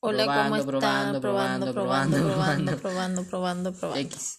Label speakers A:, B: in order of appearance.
A: Hola, ¿cómo
B: Probando,
A: están?
B: probando, probando,
A: probando, probando,
B: probando,
A: probando, probando, probando.
B: X.